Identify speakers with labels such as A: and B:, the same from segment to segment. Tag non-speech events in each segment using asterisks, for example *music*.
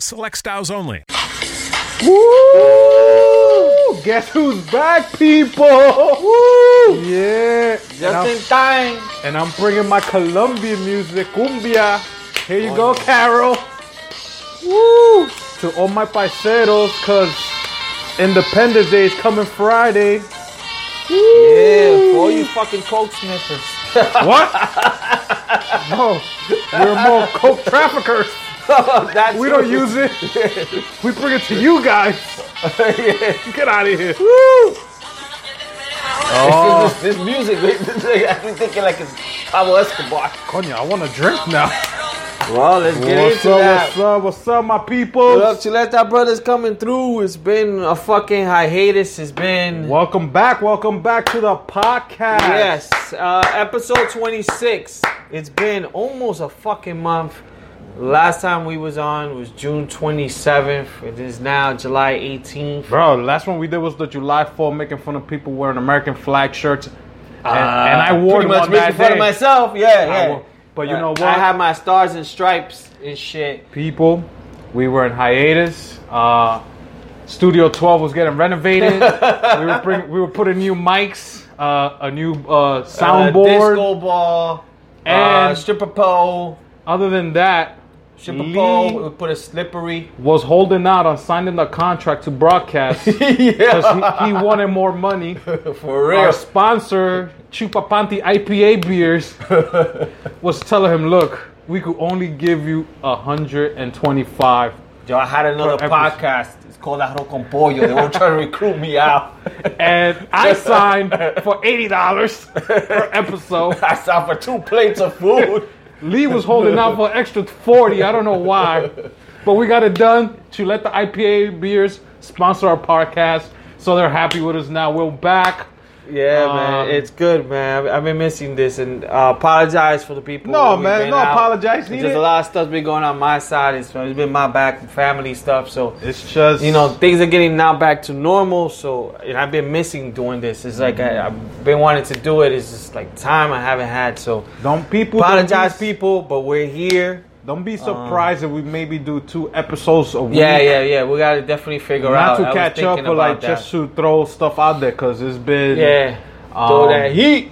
A: select styles only.
B: Woo! Guess who's back, people? Woo! Yeah. and,
C: Just
B: I'm,
C: in time.
B: and I'm bringing my Colombian music, cumbia. Here you go, Carol. Oh, Woo! To all my paiseros, cause Independence Day is coming Friday.
C: Yeah, for all you fucking coke sniffers.
B: What? *laughs* no, we're more coke traffickers.
C: *laughs* That's
B: We *laughs* don't
C: *laughs*
B: use it. We bring it to you *laughs* guys. Get out of here. Woo!
C: This, this, this music. I'm thinking like it's Pablo Escobar.
B: Coño, I want a drink now.
C: Well, let's get
B: What's
C: into
B: up,
C: that.
B: what's up, what's up, my
C: What up,
B: people?
C: Chuleta Brothers coming through. It's been a fucking hiatus. It's been
B: Welcome back, welcome back to the podcast.
C: yes, uh, episode twenty six. It's been almost a fucking month. Last time we was on was June twenty seventh. It is now July eighteenth.
B: Bro, last one we did was the July 4th, making fun of people wearing American flag shirts. And, and I wore
C: Uh, pretty much
B: one that
C: making fun
B: day.
C: of myself. Yeah,
B: I
C: yeah. Uh,
B: wore- but you know what?
C: I have my stars and stripes and shit.
B: people, we were in hiatus. Uh, Studio 12 was getting renovated. we, were bring, we were putting new mics, uh, a new uh,
C: Uh,
B: soundboard.
C: disco ball, uh,
B: And-
C: stripper pole,
B: Other than that,
C: stripper
B: Lee-
C: pole. We put a slippery.
B: was holding out on signing the contract to
C: *laughs*
B: broadcast. because he, he wanted more money.
C: for
B: Our
C: real.
B: sponsor, Chupapanti IPA *laughs* beers, was telling him, "Look, we could only give you 125."
C: Yo, I had another
B: For episode.
C: podcast. It's called Arroz con Pollo. They were trying to recruit me out. *laughs*
B: And I *laughs* signed for eighty dollars per episode.
C: I signed for two plates of food.
B: Lee was holding out for an extra forty. I don't know why, but we got it done. To let the IPA beers sponsor our podcast, so they're happy with us now. We're back.
C: *laughs* Yeah,
B: Um,
C: man, it's good, man. I've- I've been missing this, and I apologize for the people.
B: No,
C: who
B: man,
C: been
B: no apologize
C: It's
B: needed.
C: Just a lot of stuff's been going on my side. It's, it's been my back, family stuff. So
B: It's just
C: you know things are getting now back to normal so and i've been missing doing this it's like I, i've been wanting to do it it's just like time i haven't had so
B: don't people
C: apologize
B: don't be-
C: people but we're here
B: Don't be surprised if we maybe do two episodes a week.
C: yeah yeah yeah we gotta definitely figure
B: Not
C: out
B: to
C: I was
B: catch
C: thinking
B: up, but like
C: about that.
B: just to throw stuff out there because it's been.
C: yeah
B: Um,
C: throw that heat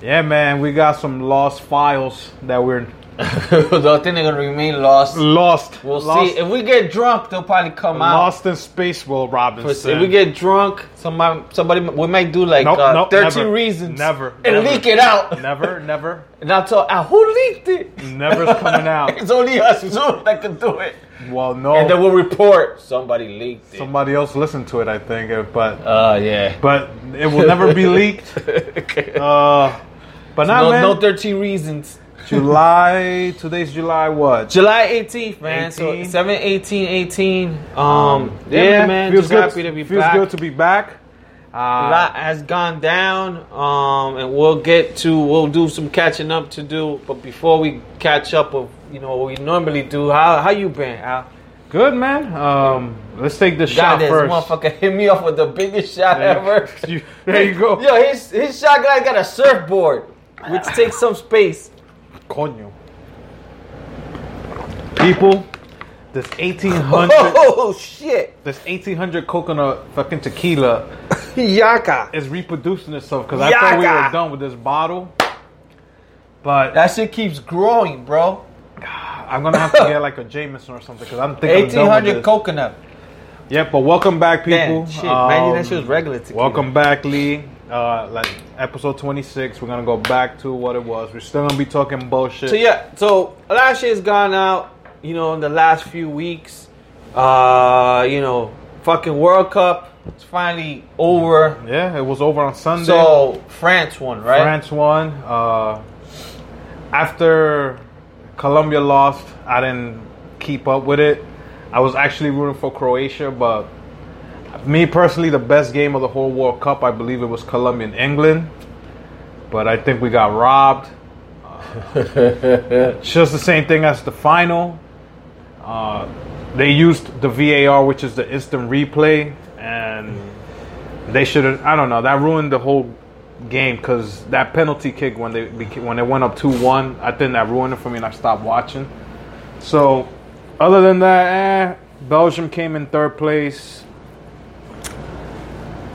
B: Yeah, man, we got some lost files that we're
C: *laughs* those things are gonna remain lost
B: lost.
C: we'll
B: Mm. lost,
C: see if we get drunk they'll probably come
B: Lost in space, Will
C: out
B: Robinson.
C: if we get drunk somebody somebody we might do like
B: Nope,
C: uh,
B: nope,
C: 13
B: never.
C: reasons
B: Never,
C: and
B: never.
C: leak it
B: *laughs*
C: out
B: never, never,
C: and i'll tell ah, who leaked it *laughs*
B: never's coming out.
C: It's only us two that can do it.
B: Well, no,
C: And then we'll report somebody leaked it.
B: somebody else listened to it, I think, uh, but
C: uh, yeah.
B: but it will never be
C: *laughs*
B: leaked. Uh, but now,
C: No,
B: man,
C: no 13 reasons.
B: July. Today's July what?
C: July 18th, man. So
B: 18.
C: 7, 18, 18. Um, yeah, man. Just
B: good,
C: happy to be
B: feels
C: back.
B: good to be back. Uh,
C: A lot has gone down, um, and we'll get to we'll do some catching up to do. But before we catch up of you know what we normally do, how how you been? Al?
B: Good man. Um, let's take the
C: God,
B: shot
C: this
B: first.
C: motherfucker *laughs* hit me off with the biggest shot
B: There
C: ever.
B: *laughs* you, there you go.
C: Yo, his his shot guy got a surfboard, which takes some space.
B: Coño. People, this eighteen
C: *laughs*
B: hundred,
C: Oh shit,
B: this eighteen hundred coconut fucking tequila
C: yaka!
B: is reproducing itself because I thought we
C: Yaga.
B: were done with this bottle, but
C: That shit keeps growing, bro.
B: I'm gonna have to get like a Jameson or something because I'm thinking I'm
C: Eighteen
B: done with
C: hundred
B: this.
C: coconut.
B: Yep, but welcome back, people.
C: Damn, shit, imagine
B: Um,
C: that shit was regular tequila.
B: Welcome back, Lee. Uh, like episode 26, we're gonna go back to what it was. We're still gonna be talking bullshit.
C: So yeah, so a lot of shit has gone out, you know, in the last few weeks. Uh, you know, fucking World Cup, it's finally over.
B: Yeah, it was over on Sunday.
C: So France won, right?
B: France won. Uh, after Colombia lost, I didn't keep up with it. I was actually rooting for Croatia, but me personally, the best game of the whole World Cup, I believe it was Colombia and England. But I think we got robbed.
C: *laughs*
B: Uh, just the same thing as the final. Uh, they used the VAR, which is the instant replay, and they should have. I don't know. That ruined the whole game because that penalty kick when they beca- when they went up two one, I think that ruined it for me, and I stopped watching. So, other than that, eh, Belgium came in third place.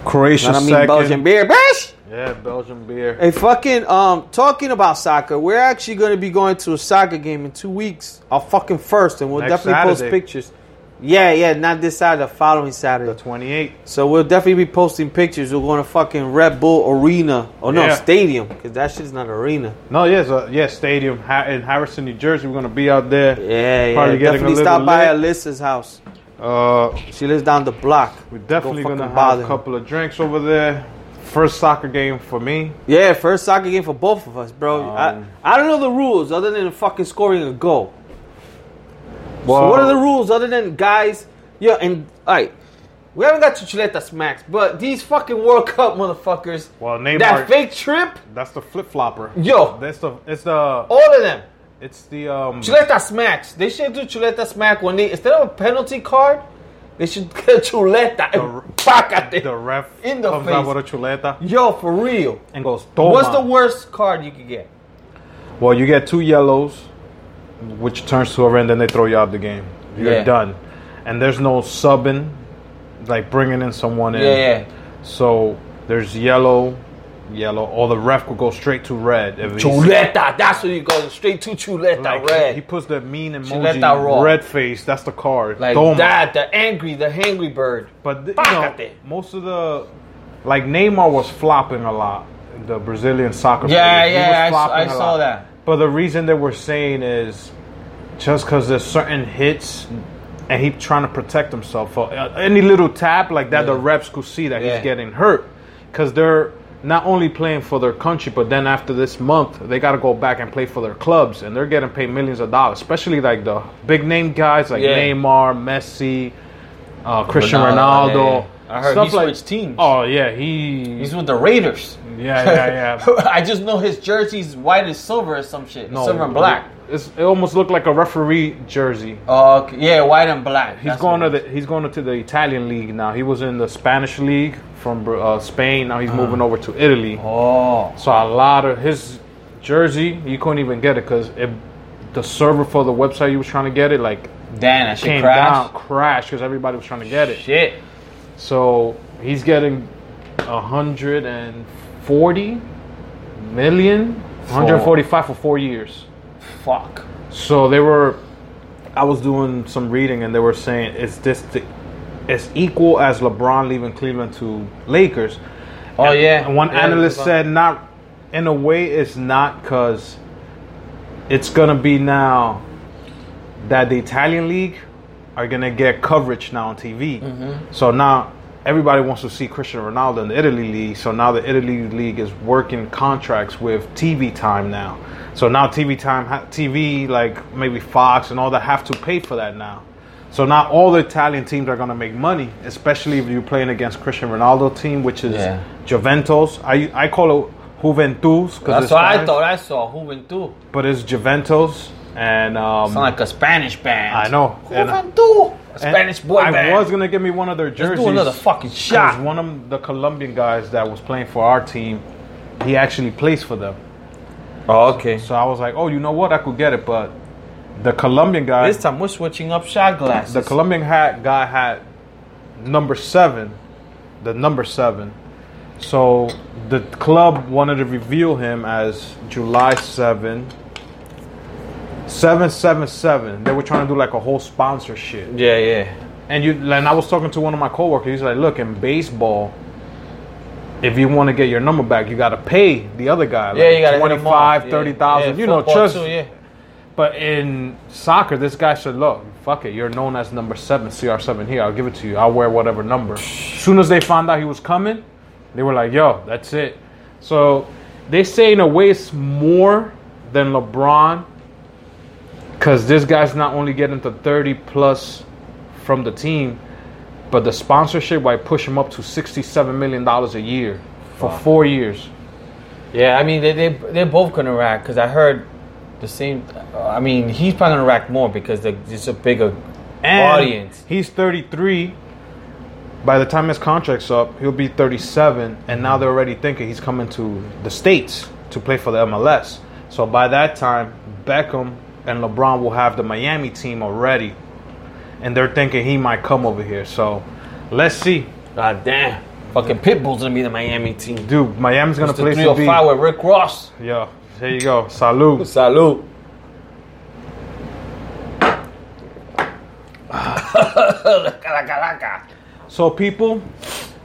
B: Croatia
C: I mean,
B: second.
C: Belgian beer, bitch.
B: Yeah, Belgium beer.
C: Hey, fucking, um, talking about soccer, we're actually going to be going to a soccer game in two weeks. Our fucking first, and we'll
B: Next
C: definitely post
B: Saturday.
C: pictures. Yeah, yeah, not this Saturday, the following
B: The
C: Saturday.
B: twenty eight.
C: So we'll definitely be posting pictures. We're going to fucking Red Bull Arena. Oh, no,
B: Yeah.
C: stadium, because that shit's not arena.
B: No, yes, uh, yes, stadium Ha- in Harrison, New Jersey. We're gonna be out there.
C: Yeah, yeah.
B: Probably getting a
C: definitely
B: little
C: stop by
B: lit.
C: Alyssa's house.
B: Uh,
C: She lives down the block.
B: we're definitely
C: fucking
B: gonna have
C: bother
B: a
C: her.
B: couple of drinks over there. First soccer game for me.
C: Yeah, first soccer game for both of us, bro.
B: Um,
C: I, I don't know the rules other than fucking scoring a goal. so
B: Well-
C: what are the rules other than guys? Yeah, and all right, we haven't got Chuchuleta smacks, but these fucking World Cup motherfuckers.
B: Well, Neymar-
C: that fake trip,
B: That's the flip flopper.
C: Yo.
B: that's the it's the
C: all of them.
B: it's the um.
C: Oh. Chuleta smacks. They should do Chuleta smack when they instead of a penalty card, they should *laughs* get Chuleta
B: r-
C: and back at it.
B: The ref
C: In the
B: comes out
C: face.
B: with a chuleta
C: Yo, for real.
B: and goes. Toma.
C: What's the worst card you could get?
B: Well, you get two yellows, which turns to a red, and then they throw you out the game. You're
C: Yeah.
B: done. And there's no subbing, like bringing in someone in.
C: Yeah, yeah.
B: So there's yellow, yellow, or the ref could go straight to red. If he's-
C: Chuleta. That's what you go straight to Chuleta
B: like,
C: red.
B: He puts the mean emoji,
C: let that roll.
B: red face. That's the card.
C: Like
B: Toma.
C: that, the angry, the hangry bird.
B: But th- you know,
C: Pácate.
B: most of the like Neymar was flopping a lot. The Brazilian soccer.
C: Yeah,
B: players, he
C: yeah,
B: was
C: I s-
B: flopping
C: I
B: a
C: saw
B: lot.
C: that.
B: But the reason they were saying is just because there's certain hits. And he trying to protect himself for uh, any little tap like that. The reps could see that
C: Yeah.
B: he's getting hurt because they're not only playing for their country, but then after this month they got to go back and play for their clubs, and they're getting paid millions of dollars. Especially like the big name guys like
C: Yeah.
B: Neymar, Messi, uh, Christian
C: Ronaldo,
B: Ronaldo.
C: yeah, yeah. I heard
B: stuff
C: he
B: like-
C: switched teams.
B: Oh yeah, he.
C: He's with the Raiders. *laughs*
B: yeah, yeah, yeah.
C: I just know his jersey's white and silver or some shit.
B: No,
C: silver and black.
B: It's, it almost looked like a referee jersey.
C: Oh, okay. yeah, white and black.
B: He's going to the he's going to the Italian league now. He was in the Spanish league from Br- uh, Spain. Now he's moving over to Italy.
C: Ah. Oh,
B: So a lot of his jersey, you couldn't even get it because it, the server for the website you was trying to get it like
C: damn, that shit
B: came
C: crashed.
B: down, crashed because everybody was trying to get it.
C: Shit.
B: So he's getting 140 million, 145 for four years.
C: Fuck.
B: So they were, I was doing some reading and they were saying it's this, the, it's equal as LeBron leaving Cleveland to Lakers.
C: Oh, yeah.
B: And one
C: Yeah,
B: analyst
C: it's about-
B: said, not in a way, it's not because it's gonna be now that the Italian league are gonna get coverage now on TV.
C: Mm-hmm.
B: So now everybody wants to see Cristiano Ronaldo in the Italy league. So now the Italy league is working contracts with TV time now. So now TV time, ha- TV like maybe Fox and all that have to pay for that now. So now all the Italian teams are gonna make money, especially if you're playing against Cristiano Ronaldo team, which is
C: Yeah.
B: Juventus. I I call it Juventus because
C: That's what I thought I saw. Juventud.
B: but it's Juventus and um,
C: Sound like a Spanish band.
B: I know. And-
C: Juventud. A
B: and
C: Spanish boy
B: I
C: band.
B: was gonna give me one of their jerseys.
C: Let's do another fucking
B: 'cause
C: shot.
B: One of the Colombian guys that was playing for our team, he actually plays for them.
C: Oh, okay.
B: So I was like, oh, you know what? I could get it, but the Colombian guy,
C: This time we're switching up shot glasses.
B: the Colombian hat guy had number seven, the number seven. So the club wanted to reveal him as July 7, 777. They were trying to do like a whole sponsorship.
C: yeah, yeah.
B: And you and I was talking to one of my coworkers. He's like, "Look, in baseball, if you want to get your number back, you got to pay the other guy. Like
C: Yeah, you got to
B: 25, 30,000. you know, just.
C: Too, yeah.
B: But in soccer, this guy said, "Look, fuck it. You're known as number seven, CR seven. Here, I'll give it to you. I'll wear whatever number." soon as they found out he was coming, they were like, "Yo, that's it." So they say in a way it's more than LeBron because this guy's not only getting to 30 plus from the team, but the sponsorship might push him up to sixty-seven million dollars a year for four years.
C: Yeah, I mean they they they're both gonna rack because I heard the same. uh, I mean he's probably gonna rack more because the, it's a bigger
B: And
C: audience.
B: He's thirty-three. By the time his contract's up, he'll be thirty-seven, and now they're already thinking he's coming to the states to play for the MLS. So by that time, Beckham and LeBron will have the Miami team already, and they're thinking he might come over here. So let's see.
C: God damn, fucking Pitbull's gonna be the Miami team.
B: Dude, Miami's gonna
C: It's the
B: play some
C: 305 with Rick Ross.
B: beat. Yeah, there you go. Salute.
C: Salute.
B: So people,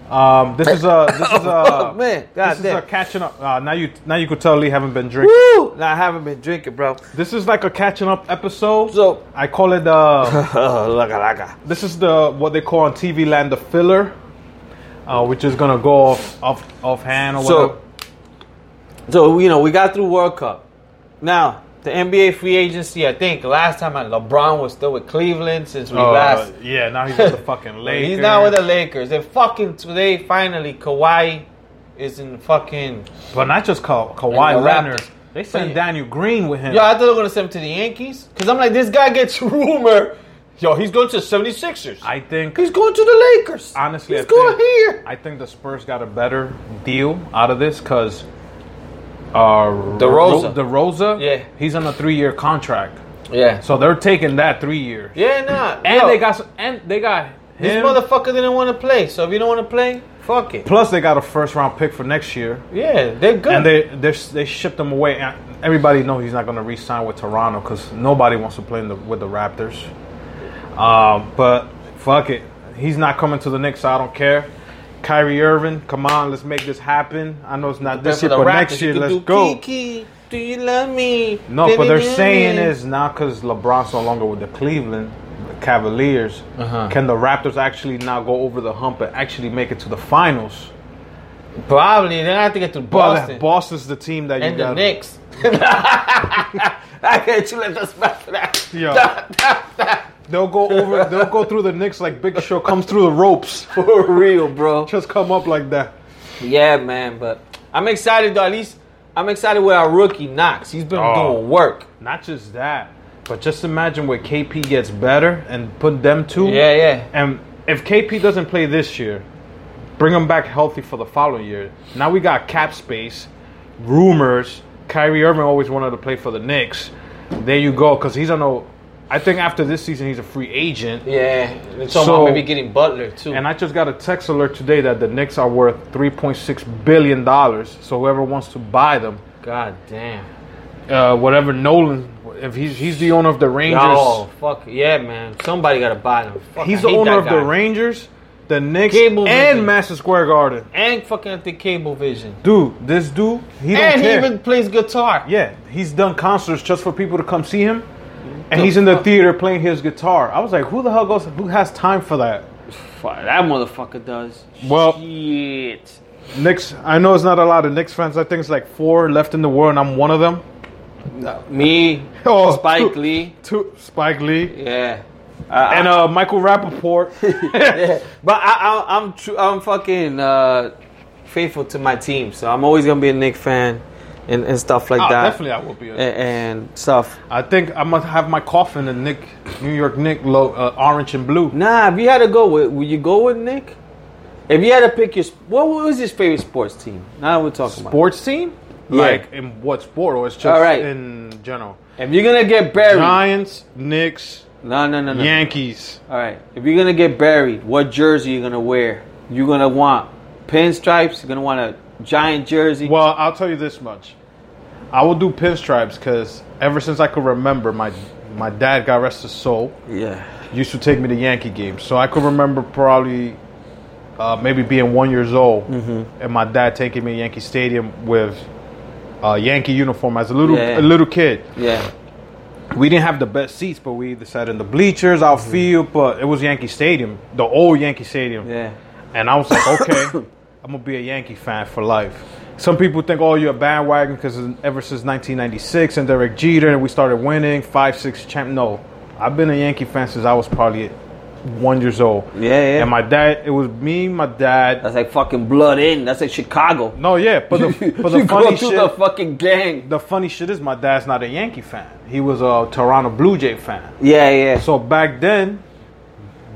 B: um, this is a this is a
C: *laughs* Man,
B: this is a
C: goddamn.
B: catching up. Uh, now you now you could tell Lee haven't been drinking.
C: Woo! Nah, I haven't been drinking, bro.
B: This is like a catching up episode.
C: So-
B: I call it
C: *laughs*
B: uh
C: laka, laka.
B: this is the what they call on TV land the filler, uh, which is gonna go off off offhand or whatever.
C: So, so you know, we got through World Cup. Now the NBA free agency. I think last time I, LeBron was still with Cleveland since we
B: Uh,
C: last.
B: yeah, now he's
C: *laughs*
B: with the fucking Lakers.
C: He's now with the Lakers. And fucking today, finally, Kawhi is in fucking.
B: but not just Ka-
C: And
B: Kawhi
C: the Raptors.
B: Leonard. They
C: But-
B: sent Daniel Green with him.
C: Yo, I thought they were gonna send him to the Yankees because I'm like, this guy gets *laughs* rumor. Yo, he's going to the 76ers.
B: I think
C: he's going to the Lakers.
B: honestly,
C: he's
B: I
C: going
B: think,
C: here.
B: I think the Spurs got a better deal out of this because uh,
C: DeRosa.
B: Ro- DeRosa,
C: Yeah.
B: he's on a three-year contract,
C: yeah.
B: so they're taking that three years.
C: yeah, nah.
B: And
C: yo,
B: they got some, and they got him.
C: this motherfucker didn't want to play. So if you don't want to play, fuck it.
B: Plus, they got a first-round pick for next year,
C: Yeah, they're good.
B: and they they they shipped him away. And everybody knows he's not going to re-sign with Toronto because nobody wants to play in the, with the Raptors. Um, but fuck it, he's not coming to the Knicks. So I don't care. Kyrie Irving, come on, let's make this happen. I know it's not this
C: For
B: year,
C: the
B: but
C: Raptors,
B: next year,
C: you can
B: let's
C: do
B: go.
C: Kiki, do you love me?
B: No, but they're
C: Baby,
B: saying
C: baby.
B: is now because LeBron's no longer with the Cleveland Cavaliers.
C: Uh-huh.
B: Can the Raptors actually now go over the hump and actually make it to the finals?
C: probably they have to get to Boston
B: Boston. Boston's the team that you
C: and the
B: got.
C: Knicks. *laughs* I can't you let us back for that.
B: Yeah. *laughs* they'll go over. They'll go through the Knicks like Big Show comes through the ropes. *laughs*
C: For real, bro.
B: Just come up like that.
C: Yeah, man. But I'm excited though. At least I'm excited with our rookie Knox. He's been
B: Oh.
C: doing work.
B: Not just that, but just imagine where KP gets better and put them two.
C: Yeah, yeah.
B: And if KP doesn't play this year, bring him back healthy for the following year. Now we got cap space, rumors. Kyrie Irving always wanted to play for the Knicks. There you go, because he's on no. I think after this season he's a free agent.
C: Yeah. And it's so,
B: So-
C: about maybe getting Butler too.
B: And I just got a text alert today that the Knicks are worth 3.6 billion dollars. So whoever wants to buy them,
C: God damn.
B: uh, whatever Nolan, if he's he's the owner of the Rangers,
C: Oh fuck yeah, man! Somebody gotta buy them. Fuck, I
B: he's the
C: hate
B: owner
C: that
B: of the
C: guy.
B: Rangers, the Knicks,
C: Gable
B: and
C: Vision.
B: Master Square Garden.
C: and fucking at the Cable Vision.
B: Dude, this dude, he don't
C: and
B: care.
C: he even plays guitar.
B: yeah, he's done concerts just for people to come see him, and he's in the theater playing his guitar. I was like, who the hell goes? Who has time for that?
C: Fuck, that motherfucker does.
B: Well-
C: shit.
B: Knicks. I know it's not a lot of Knicks fans. I think it's like four left in the world, and I'm one of them.
C: Me,
B: *laughs* Oh,
C: Spike
B: two-
C: Lee,
B: Two, Spike Lee.
C: yeah.
B: and uh, Michael Rappaport.
C: *laughs* But I, I, I'm true. I'm fucking uh, faithful to my team, so I'm always gonna be a Knicks fan and, and stuff like
B: Ah,
C: that.
B: definitely, I will be.
C: A- And, stuff.
B: I think I must have my coffin in Nick, New York Nick, lo, uh, orange and blue.
C: Nah, if you had to go with, would you go with Nick? If you had to pick your, sp- what was his favorite sports team? Now that we're talking about.
B: Sports team?
C: Yeah.
B: Like in what sport or it's just
C: All right.
B: in general?
C: If you're gonna get buried,
B: Giants, Knicks,
C: no, no, no, no.
B: Yankees.
C: All right. If you're gonna get buried, what jersey you gonna wear? You're gonna want pinstripes. You're gonna want a giant jersey.
B: Well, I'll tell you this much. I will do pinstripes because ever since I could remember, my my dad, God rest his soul,
C: Yeah.
B: used to take me to Yankee games. So I could remember probably uh, maybe being one years old
C: Mm-hmm.
B: and my dad taking me to Yankee Stadium with a Yankee uniform as a little
C: Yeah.
B: a little kid.
C: Yeah.
B: We didn't have the best seats, but we either sat in the bleachers, outfield, but it was Yankee Stadium, the old Yankee Stadium.
C: Mm-hmm. Yeah.
B: And I was
C: *coughs*
B: like, okay, I'm gonna be a Yankee fan for life. Some people think, oh, you're a bandwagon because ever since 1996 and Derek Jeter, and we started winning five, six champ. No, I've been a Yankee fan since I was probably one years old.
C: Yeah, yeah.
B: And my dad, it was me, my dad.
C: That's like fucking blood in. That's like Chicago.
B: no, yeah, *laughs* but
C: *laughs*
B: the, but the
C: you
B: funny
C: go through
B: shit,
C: the fucking gang.
B: the funny shit is my dad's not a Yankee fan. He was a Toronto Blue Jay fan.
C: Yeah, yeah.
B: So back then,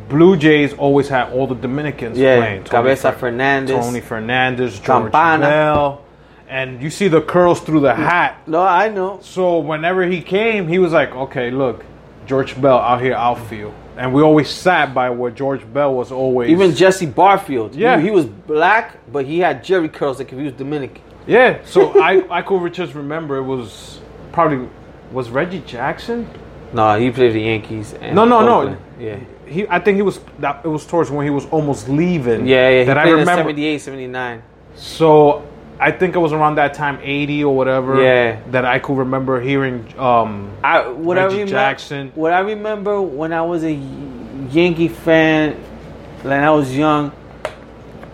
B: Blue Jays always had all the Dominicans
C: Yeah,
B: playing. Tony
C: Cabeza
B: Fer-
C: Fernandez.
B: Tony Fernandez, George
C: Campana.
B: Bell, and you see the curls through the hat.
C: No, I know.
B: So whenever he came, he was like, "Okay, look, George Bell out here outfield," and we always sat by what George Bell was always.
C: Even Jesse Barfield.
B: Yeah.
C: He, he was black, but he had Jerry curls like if he was Dominican.
B: yeah, so I *laughs* I could just remember it was probably was Reggie Jackson.
C: No, he played the Yankees. And
B: No, no, no.
C: Oakland. Yeah.
B: He I think he was that it was towards when he was almost leaving.
C: Yeah, yeah. He
B: that I
C: played in
B: remember.
C: 78, 79.
B: So I think it was around that time, eighty or whatever.
C: Yeah.
B: that I could remember hearing. Um,
C: I what I
B: Reggie
C: remember,
B: Jackson.
C: What I remember when I was a Yankee fan, when I was young,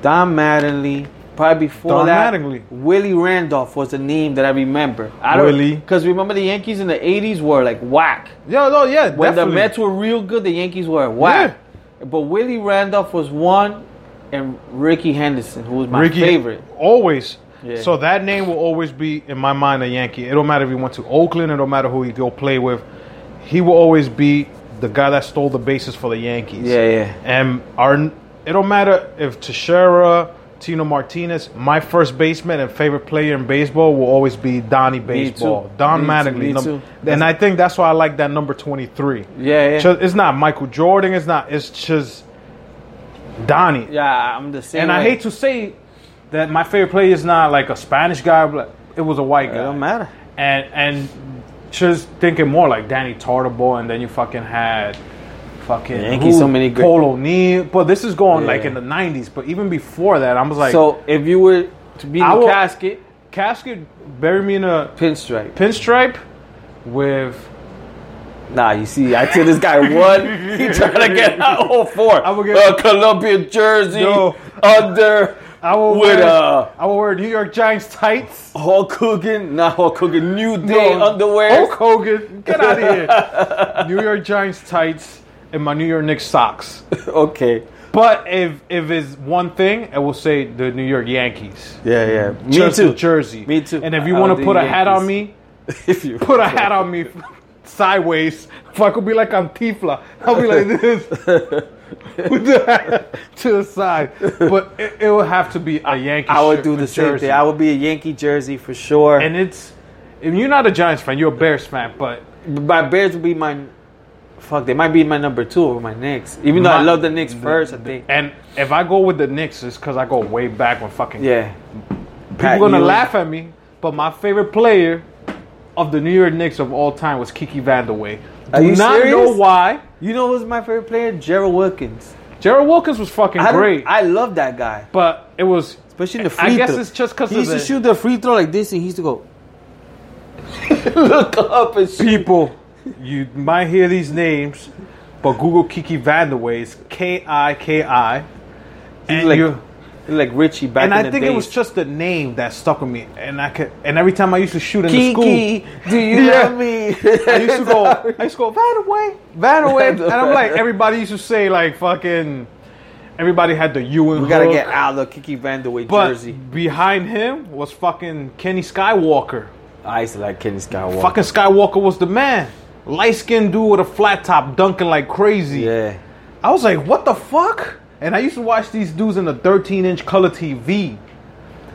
C: Don Mattingly. Probably before
B: Don
C: that,
B: Mattingly.
C: Willie Randolph was the name that I remember. I
B: Willie.
C: because remember the Yankees in the '80s were like whack.
B: yeah, no, yeah,
C: When
B: definitely.
C: the Mets were real good, the Yankees were whack. But Willie Randolph was one, and Ricky Henderson, who was my
B: Ricky,
C: favorite.
B: Always.
C: Yeah.
B: So that name will always be in my mind a Yankee. It don't matter if he went to Oakland. It don't matter who he go play with. He will always be the guy that stole the bases for the Yankees.
C: Yeah, yeah.
B: And our it don't matter if Teixeira, Tino Martinez, my first baseman and favorite player in baseball will always be Donnie Baseball,
C: too.
B: Don
C: Me too,
B: Mattingly.
C: me
B: Num-
C: too.
B: And I think that's why I like that number twenty three.
C: Yeah, yeah.
B: It's not Michael Jordan. It's not. It's just Donnie.
C: yeah, I'm the same.
B: And I
C: way.
B: hate to say that my favorite player is not like a Spanish guy, but it was a white
C: It
B: guy.
C: don't matter.
B: And and just thinking more like Danny Tartable, and then you fucking had fucking
C: Yankees, so many great-
B: Paul O'Neill. But this is going like
C: Yeah.
B: in the '90s. But even before that, I was like,
C: so if you were to be in
B: I
C: the
B: will-
C: casket,
B: casket bury me in a
C: pinstripe.
B: pinstripe with.
C: Nah, you see, I tell this guy one, he trying
B: *laughs*
C: to get out all four.
B: I will get-
C: a Columbia jersey
B: Yo.
C: under
B: I will
C: with
B: wear.
C: uh,
B: I will wear New York Giants tights.
C: Hulk Hogan, not Hulk Hogan, New Day underwear.
B: Hulk Hogan, get out of here.
C: *laughs*
B: New York Giants tights and my New York Knicks socks.
C: Okay,
B: But if if it's one thing, I will say the New York Yankees.
C: yeah, yeah, me
B: Just
C: too.
B: The jersey.
C: Me too.
B: And if you
C: I
B: want
C: don't
B: to put a
C: do
B: hat on
C: Yankees.
B: me,
C: If you
B: put a hat on me *laughs* sideways. If I could be like Antifla, I'll be like this
C: *laughs*
B: with the hat to the side. But it, it would have to be a Yankee.
C: I would
B: shirt
C: do
B: with
C: the same
B: jersey.
C: thing. I would be a Yankee jersey for sure.
B: and it's and you're not a Giants fan. You're a Bears fan, but
C: my Bears would be my. Fuck, they might be my number two over my Knicks. Even though I
B: My-
C: love the Knicks first, I think.
B: and if I go with the Knicks, it's because I go way back when fucking
C: Yeah.
B: People gonna laugh at me, but my favorite player of the New York Knicks of all time was Kiki Vandaway. Do
C: Are you
B: not know
C: serious?
B: why.
C: You know who's my favorite player? Gerald Wilkins.
B: Gerald Wilkins was fucking
C: I, don't-
B: great,
C: I love that guy.
B: but it was
C: Especially in the
B: I
C: free
B: guess
C: throw.
B: it's just 'cause
C: he
B: of
C: used to
B: the-
C: shoot the free throw like this and he used to go *laughs* look up and shoot.
B: people. You might hear these names, but Google Kiki Vandaway is K I K I, and
C: like-
B: you.
C: Like Richie back
B: And
C: in
B: I
C: the
B: think
C: days.
B: it was just the name that stuck with me, and I could. And every time I used to shoot in the school,
C: Kiki, do you
B: Yeah.
C: love me?
B: I used to go, I used to go, van away, van away. And I'm like, everybody used to say, like, fucking, everybody had the U and
C: *laughs* we gotta
B: hook.
C: get out of the Kiki Vandaway
B: But
C: jersey.
B: behind him was fucking Kenny Skywalker.
C: I used to like Kenny Skywalker.
B: Fucking Skywalker was the man. Light skinned dude with a flat top dunking like crazy. *laughs*
C: Yeah. *laughs*
B: I was like, what the fuck? And I used to watch these dudes in the 13 inch color TV.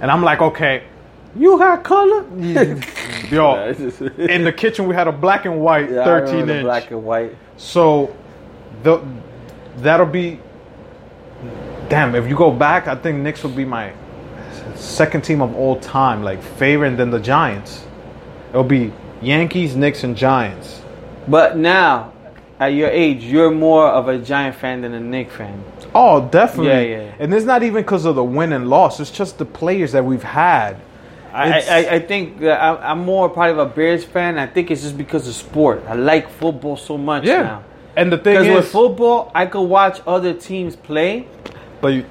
B: And I'm like, okay,
C: You got *laughs* color?
B: yo. in the kitchen, we had a black and white
C: Yeah, I
B: 13
C: remember the
B: inch.
C: Black and white.
B: So, the, that'll be. Damn, if you go back, I think Knicks would be my second team of all time, like favorite, and then the Giants. It'll be Yankees, Knicks, and Giants.
C: But now, at your age, you're more of a Giant fan than a Knicks fan.
B: Oh, definitely.
C: Yeah, yeah, yeah.
B: And it's not even because of the win and loss. It's just the players that we've had.
C: I,
B: It's-
C: I, I think that I, I'm more part of a Bears fan. I think it's just because of sport. I like football so much now.
B: And the thing
C: Because with
B: is,
C: football, I could watch other teams play.
B: but you,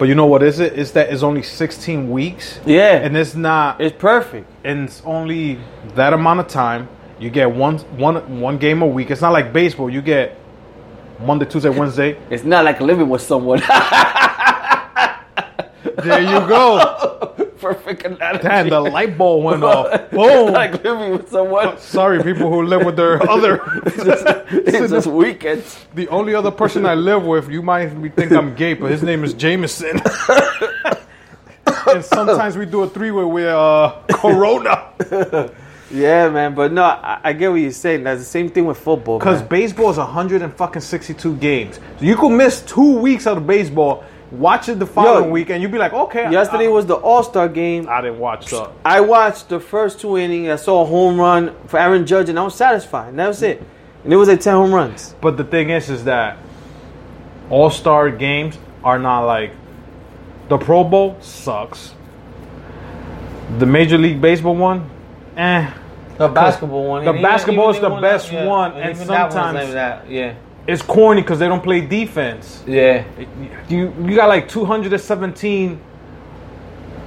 B: but you know what is it? Is that it's only 16 weeks.
C: Yeah.
B: And it's not.
C: It's perfect.
B: and it's only that amount of time. You get one one one game a week. It's not like baseball. You get Monday, Tuesday, Wednesday.
D: It's not like living with someone.
B: *laughs*
D: *laughs*
B: There you go.
D: Perfect analogy.
B: Damn, the light bulb *laughs* went off.
D: It's
B: Boom.
D: not like living with
C: Oh.
D: someone.
B: Sorry, people who live with *laughs* their other.
D: *laughs* It's just,
C: *laughs*
D: it's just weekends.
B: The only other person I live with, you might be think I'm gay, but his name is Jameson. *laughs* and sometimes we do a three-way with *laughs* uh, Corona.
C: Yeah, man. But no, I, I get what you're saying. That's the same thing with football.
B: Because
C: man.
B: baseball is 162 games. So you could miss two weeks out of baseball, watch it the following week, and you'd be like, okay.
C: yesterday was the All Star game.
B: I, I didn't watch that.
C: I watched the first two innings. I saw a home run for Aaron Judge, and I was satisfied. And that was it. And it was like ten home runs.
B: But the thing is, is that All Star games are not like the Pro Bowl sucks. The Major League Baseball one, eh?
C: The basketball one.
B: the
C: and
B: basketball is
C: even
B: the
C: that-
B: best one, and
C: even that one's
B: sometimes-
C: like that. yeah,
B: It's corny because they don't play defense.
C: yeah.
B: You you got like 217.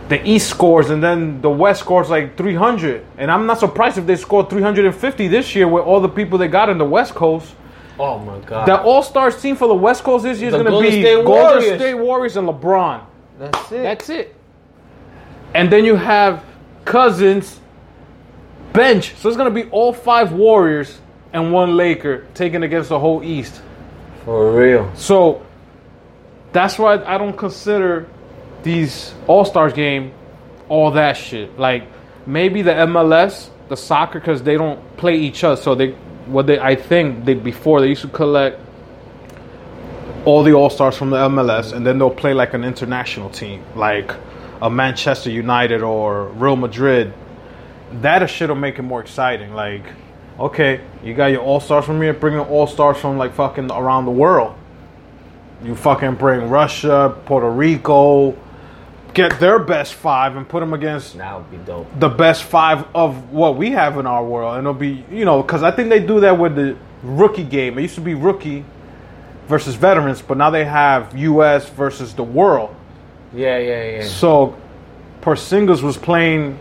B: The East scores and then the West scores like 300. And I'm not surprised if they score 350 this year with all the people they got in the West Coast.
C: Oh my god.
B: That All Star team for the West Coast this year is
C: The
B: going to
C: Golden
B: be
C: State
B: Golden
C: Warriors.
B: State Warriors and LeBron.
C: that's it.
B: That's it. And then you have Cousins bench. So it's gonna be all five Warriors and one Laker taking against the whole East.
C: for real.
B: So that's why I don't consider these All Stars game all that shit. Like maybe the MLS, the soccer, because they don't play each other. So they what they I think they before they used to collect all the All Stars from the MLS, and then they'll play like an international team, like a Manchester United or Real Madrid. That shit will make it more exciting. Like, okay, you got your All Stars from here, bring your All Stars from like fucking around the world. You fucking bring Russia, Puerto Rico, get their best five and put them against
C: That would be dope.
B: the best five of what we have in our world, and it'll be you know because I think they do that with the rookie game. It used to be rookie versus veterans, but now they have U.S. versus the world.
C: Yeah, yeah, yeah.
B: So Porzingis was playing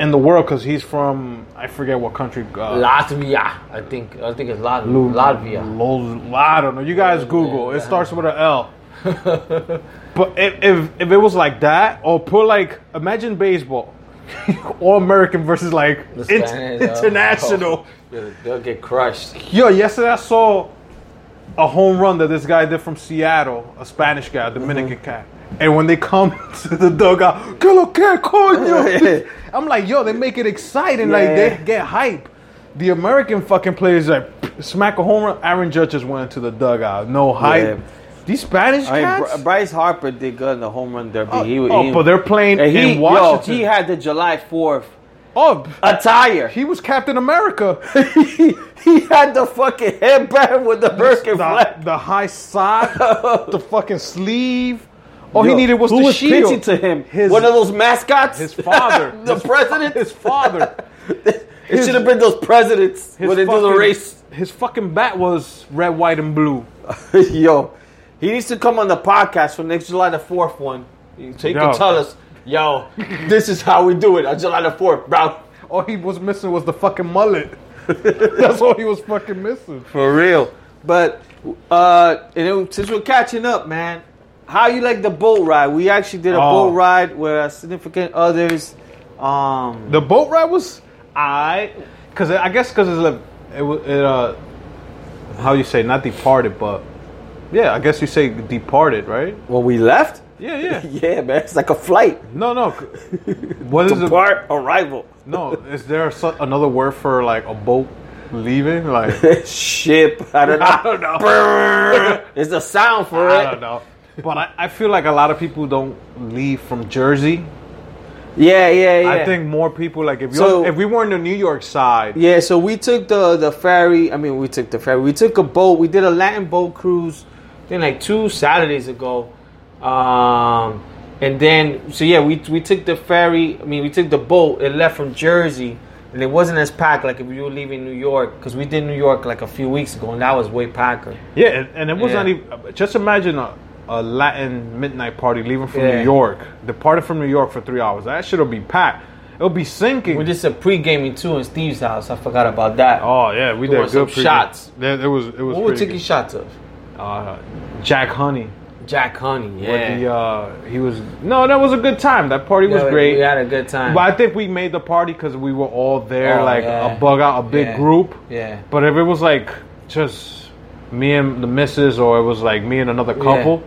B: in the world because he's from I forget what country. Uh,
C: Latvia, I think. I think it's Lat-
B: Lu-
C: Latvia.
B: Lo- I don't know. You guys Google. It starts with an
C: *laughs*
B: L. but if, if if it was like that, or put like imagine baseball, *laughs* all American versus like
C: The
B: int-
C: Spanish, oh.
B: international.
C: They'll, they'll get crushed.
B: Yo, yesterday I saw a home run that this guy did from Seattle, a Spanish guy, a Dominican
C: Mm-hmm.
B: cat. And when they come *laughs* to the dugout, que lo que,
C: *laughs*
B: coño? I'm like, yo, they make it exciting. Like,
C: Yeah.
B: they get hype. The American fucking players, like, smack a home run. Aaron Judge just went into the dugout. No hype.
C: Yeah.
B: These Spanish
C: I mean,
B: cats?
C: Br- Bryce Harper did good in the home run derby. he,
B: oh,
C: he,
B: but they're playing
C: and he,
B: in
C: yo,
B: Washington.
C: he had the July Fourth
B: oh,
C: attire. *laughs*
B: he was Captain America. *laughs*
C: he, he had the fucking headband with the American
B: the,
C: flag.
B: the high sock,
C: *laughs*
B: the fucking sleeve. All he
C: Yo,
B: needed was
C: who
B: the
C: was
B: shield.
C: pitching to him?
B: His-
C: One of those mascots.
B: His father.
C: *laughs* the
B: His-
C: president.
B: His father.
C: it should have been those presidents
B: His
C: when they do the
B: fucking-
C: race.
B: His fucking bat was red, white, and blue.
C: *laughs* yo, he needs to come on the podcast for next July the fourth one. So he
B: Yo.
C: can tell us, yo, this is how we do it on July the fourth, bro.
B: All he was missing was the fucking mullet. *laughs* That's all he was fucking missing.
C: For real. But uh and then since we're catching up, man, how you like the boat ride? We actually did a
B: Oh.
C: boat ride where our significant others um
B: The boat ride was I, cause I guess cause it's like it, wa- it uh, how you say not departed, but yeah, I guess you say departed, right?
C: when we left? *laughs*
B: Yeah, yeah.
C: Yeah, man. It's like a flight.
B: No, no. c- What is it?
C: Depart, arrival. *laughs*
B: No, is there so- another word for like a boat leaving? Like
C: Ship. I don't know.
B: *laughs* I don't know.
C: *laughs* It's a sound for
B: I
C: it.
B: don't know. But I, I feel like a lot of people don't leave from Jersey.
C: Yeah, yeah, yeah.
B: I think more people like if you
C: So-
B: if we were in the New York side,
C: Yeah, so we took the the ferry. I mean, we took the ferry. We took a boat. We did a Latin boat cruise. I think like two Saturdays ago, um, and then so yeah, we we took the ferry. I mean, we took the boat. It left from Jersey, and it wasn't as packed like if you were leaving New York because we did New York like a few weeks ago, and that was way packer.
B: yeah, and, and it was
C: Yeah.
B: not even. Just imagine a, a Latin midnight party leaving from
C: Yeah.
B: New York, departed from New York for three hours. That shit'll be packed. It'll be sinking.
C: We did some pre gaming too in Steve's house. I forgot about that.
B: oh yeah, we
C: There
B: did
C: were
B: good pre-
C: some shots.
B: Yeah, it was it was.
C: what were we
B: pretty
C: taking
B: good.
C: shots of?
B: uh, Jack Honey.
C: Jack Honey. Yeah.
B: With the, uh, he was no, that was a good time. That party was
C: Yeah,
B: great.
C: We had a good time.
B: But I think we made the party because we were all there,
C: Oh,
B: like
C: yeah.
B: a bug out, a big
C: Yeah.
B: group.
C: yeah.
B: But if it was like just me and the missus, or it was like me and another couple,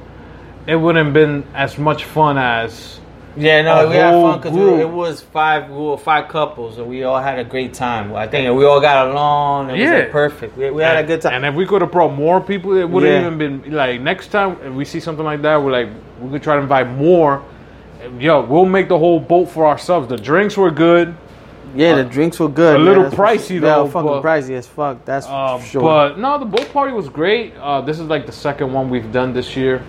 B: it wouldn't have been as much fun as.
C: Yeah,
B: a
C: no, we had
B: whole
C: fun
B: group.
C: because it was five. We were five couples, and we all had a great time. I think we all got along. It was
B: Yeah.
C: like, perfect. We, we had a good time.
B: And if we could have brought more people, it would have
C: Yeah.
B: even been like next time if we see something like that, we're like we could try to invite more. Yo, we'll make the whole boat for ourselves. The drinks were good,
C: yeah, the drinks were good.
B: a little
C: that's for-
B: pricey,
C: yeah,
B: though,
C: fucking
B: but-
C: pricey as fuck. That's
B: uh,
C: for sure.
B: but no, the boat party was great. Uh, this is like the second one we've done this year.